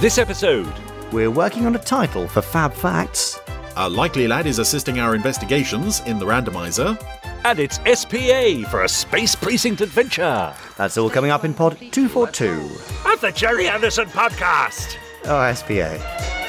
This episode, We're working on a title for Fab Facts. A Uh, likely lad is assisting our investigations in the randomizer. and it's SPA for a Space Precinct adventure That's all coming up in pod 242. at the Jerry Anderson Podcast. Oh, SPA.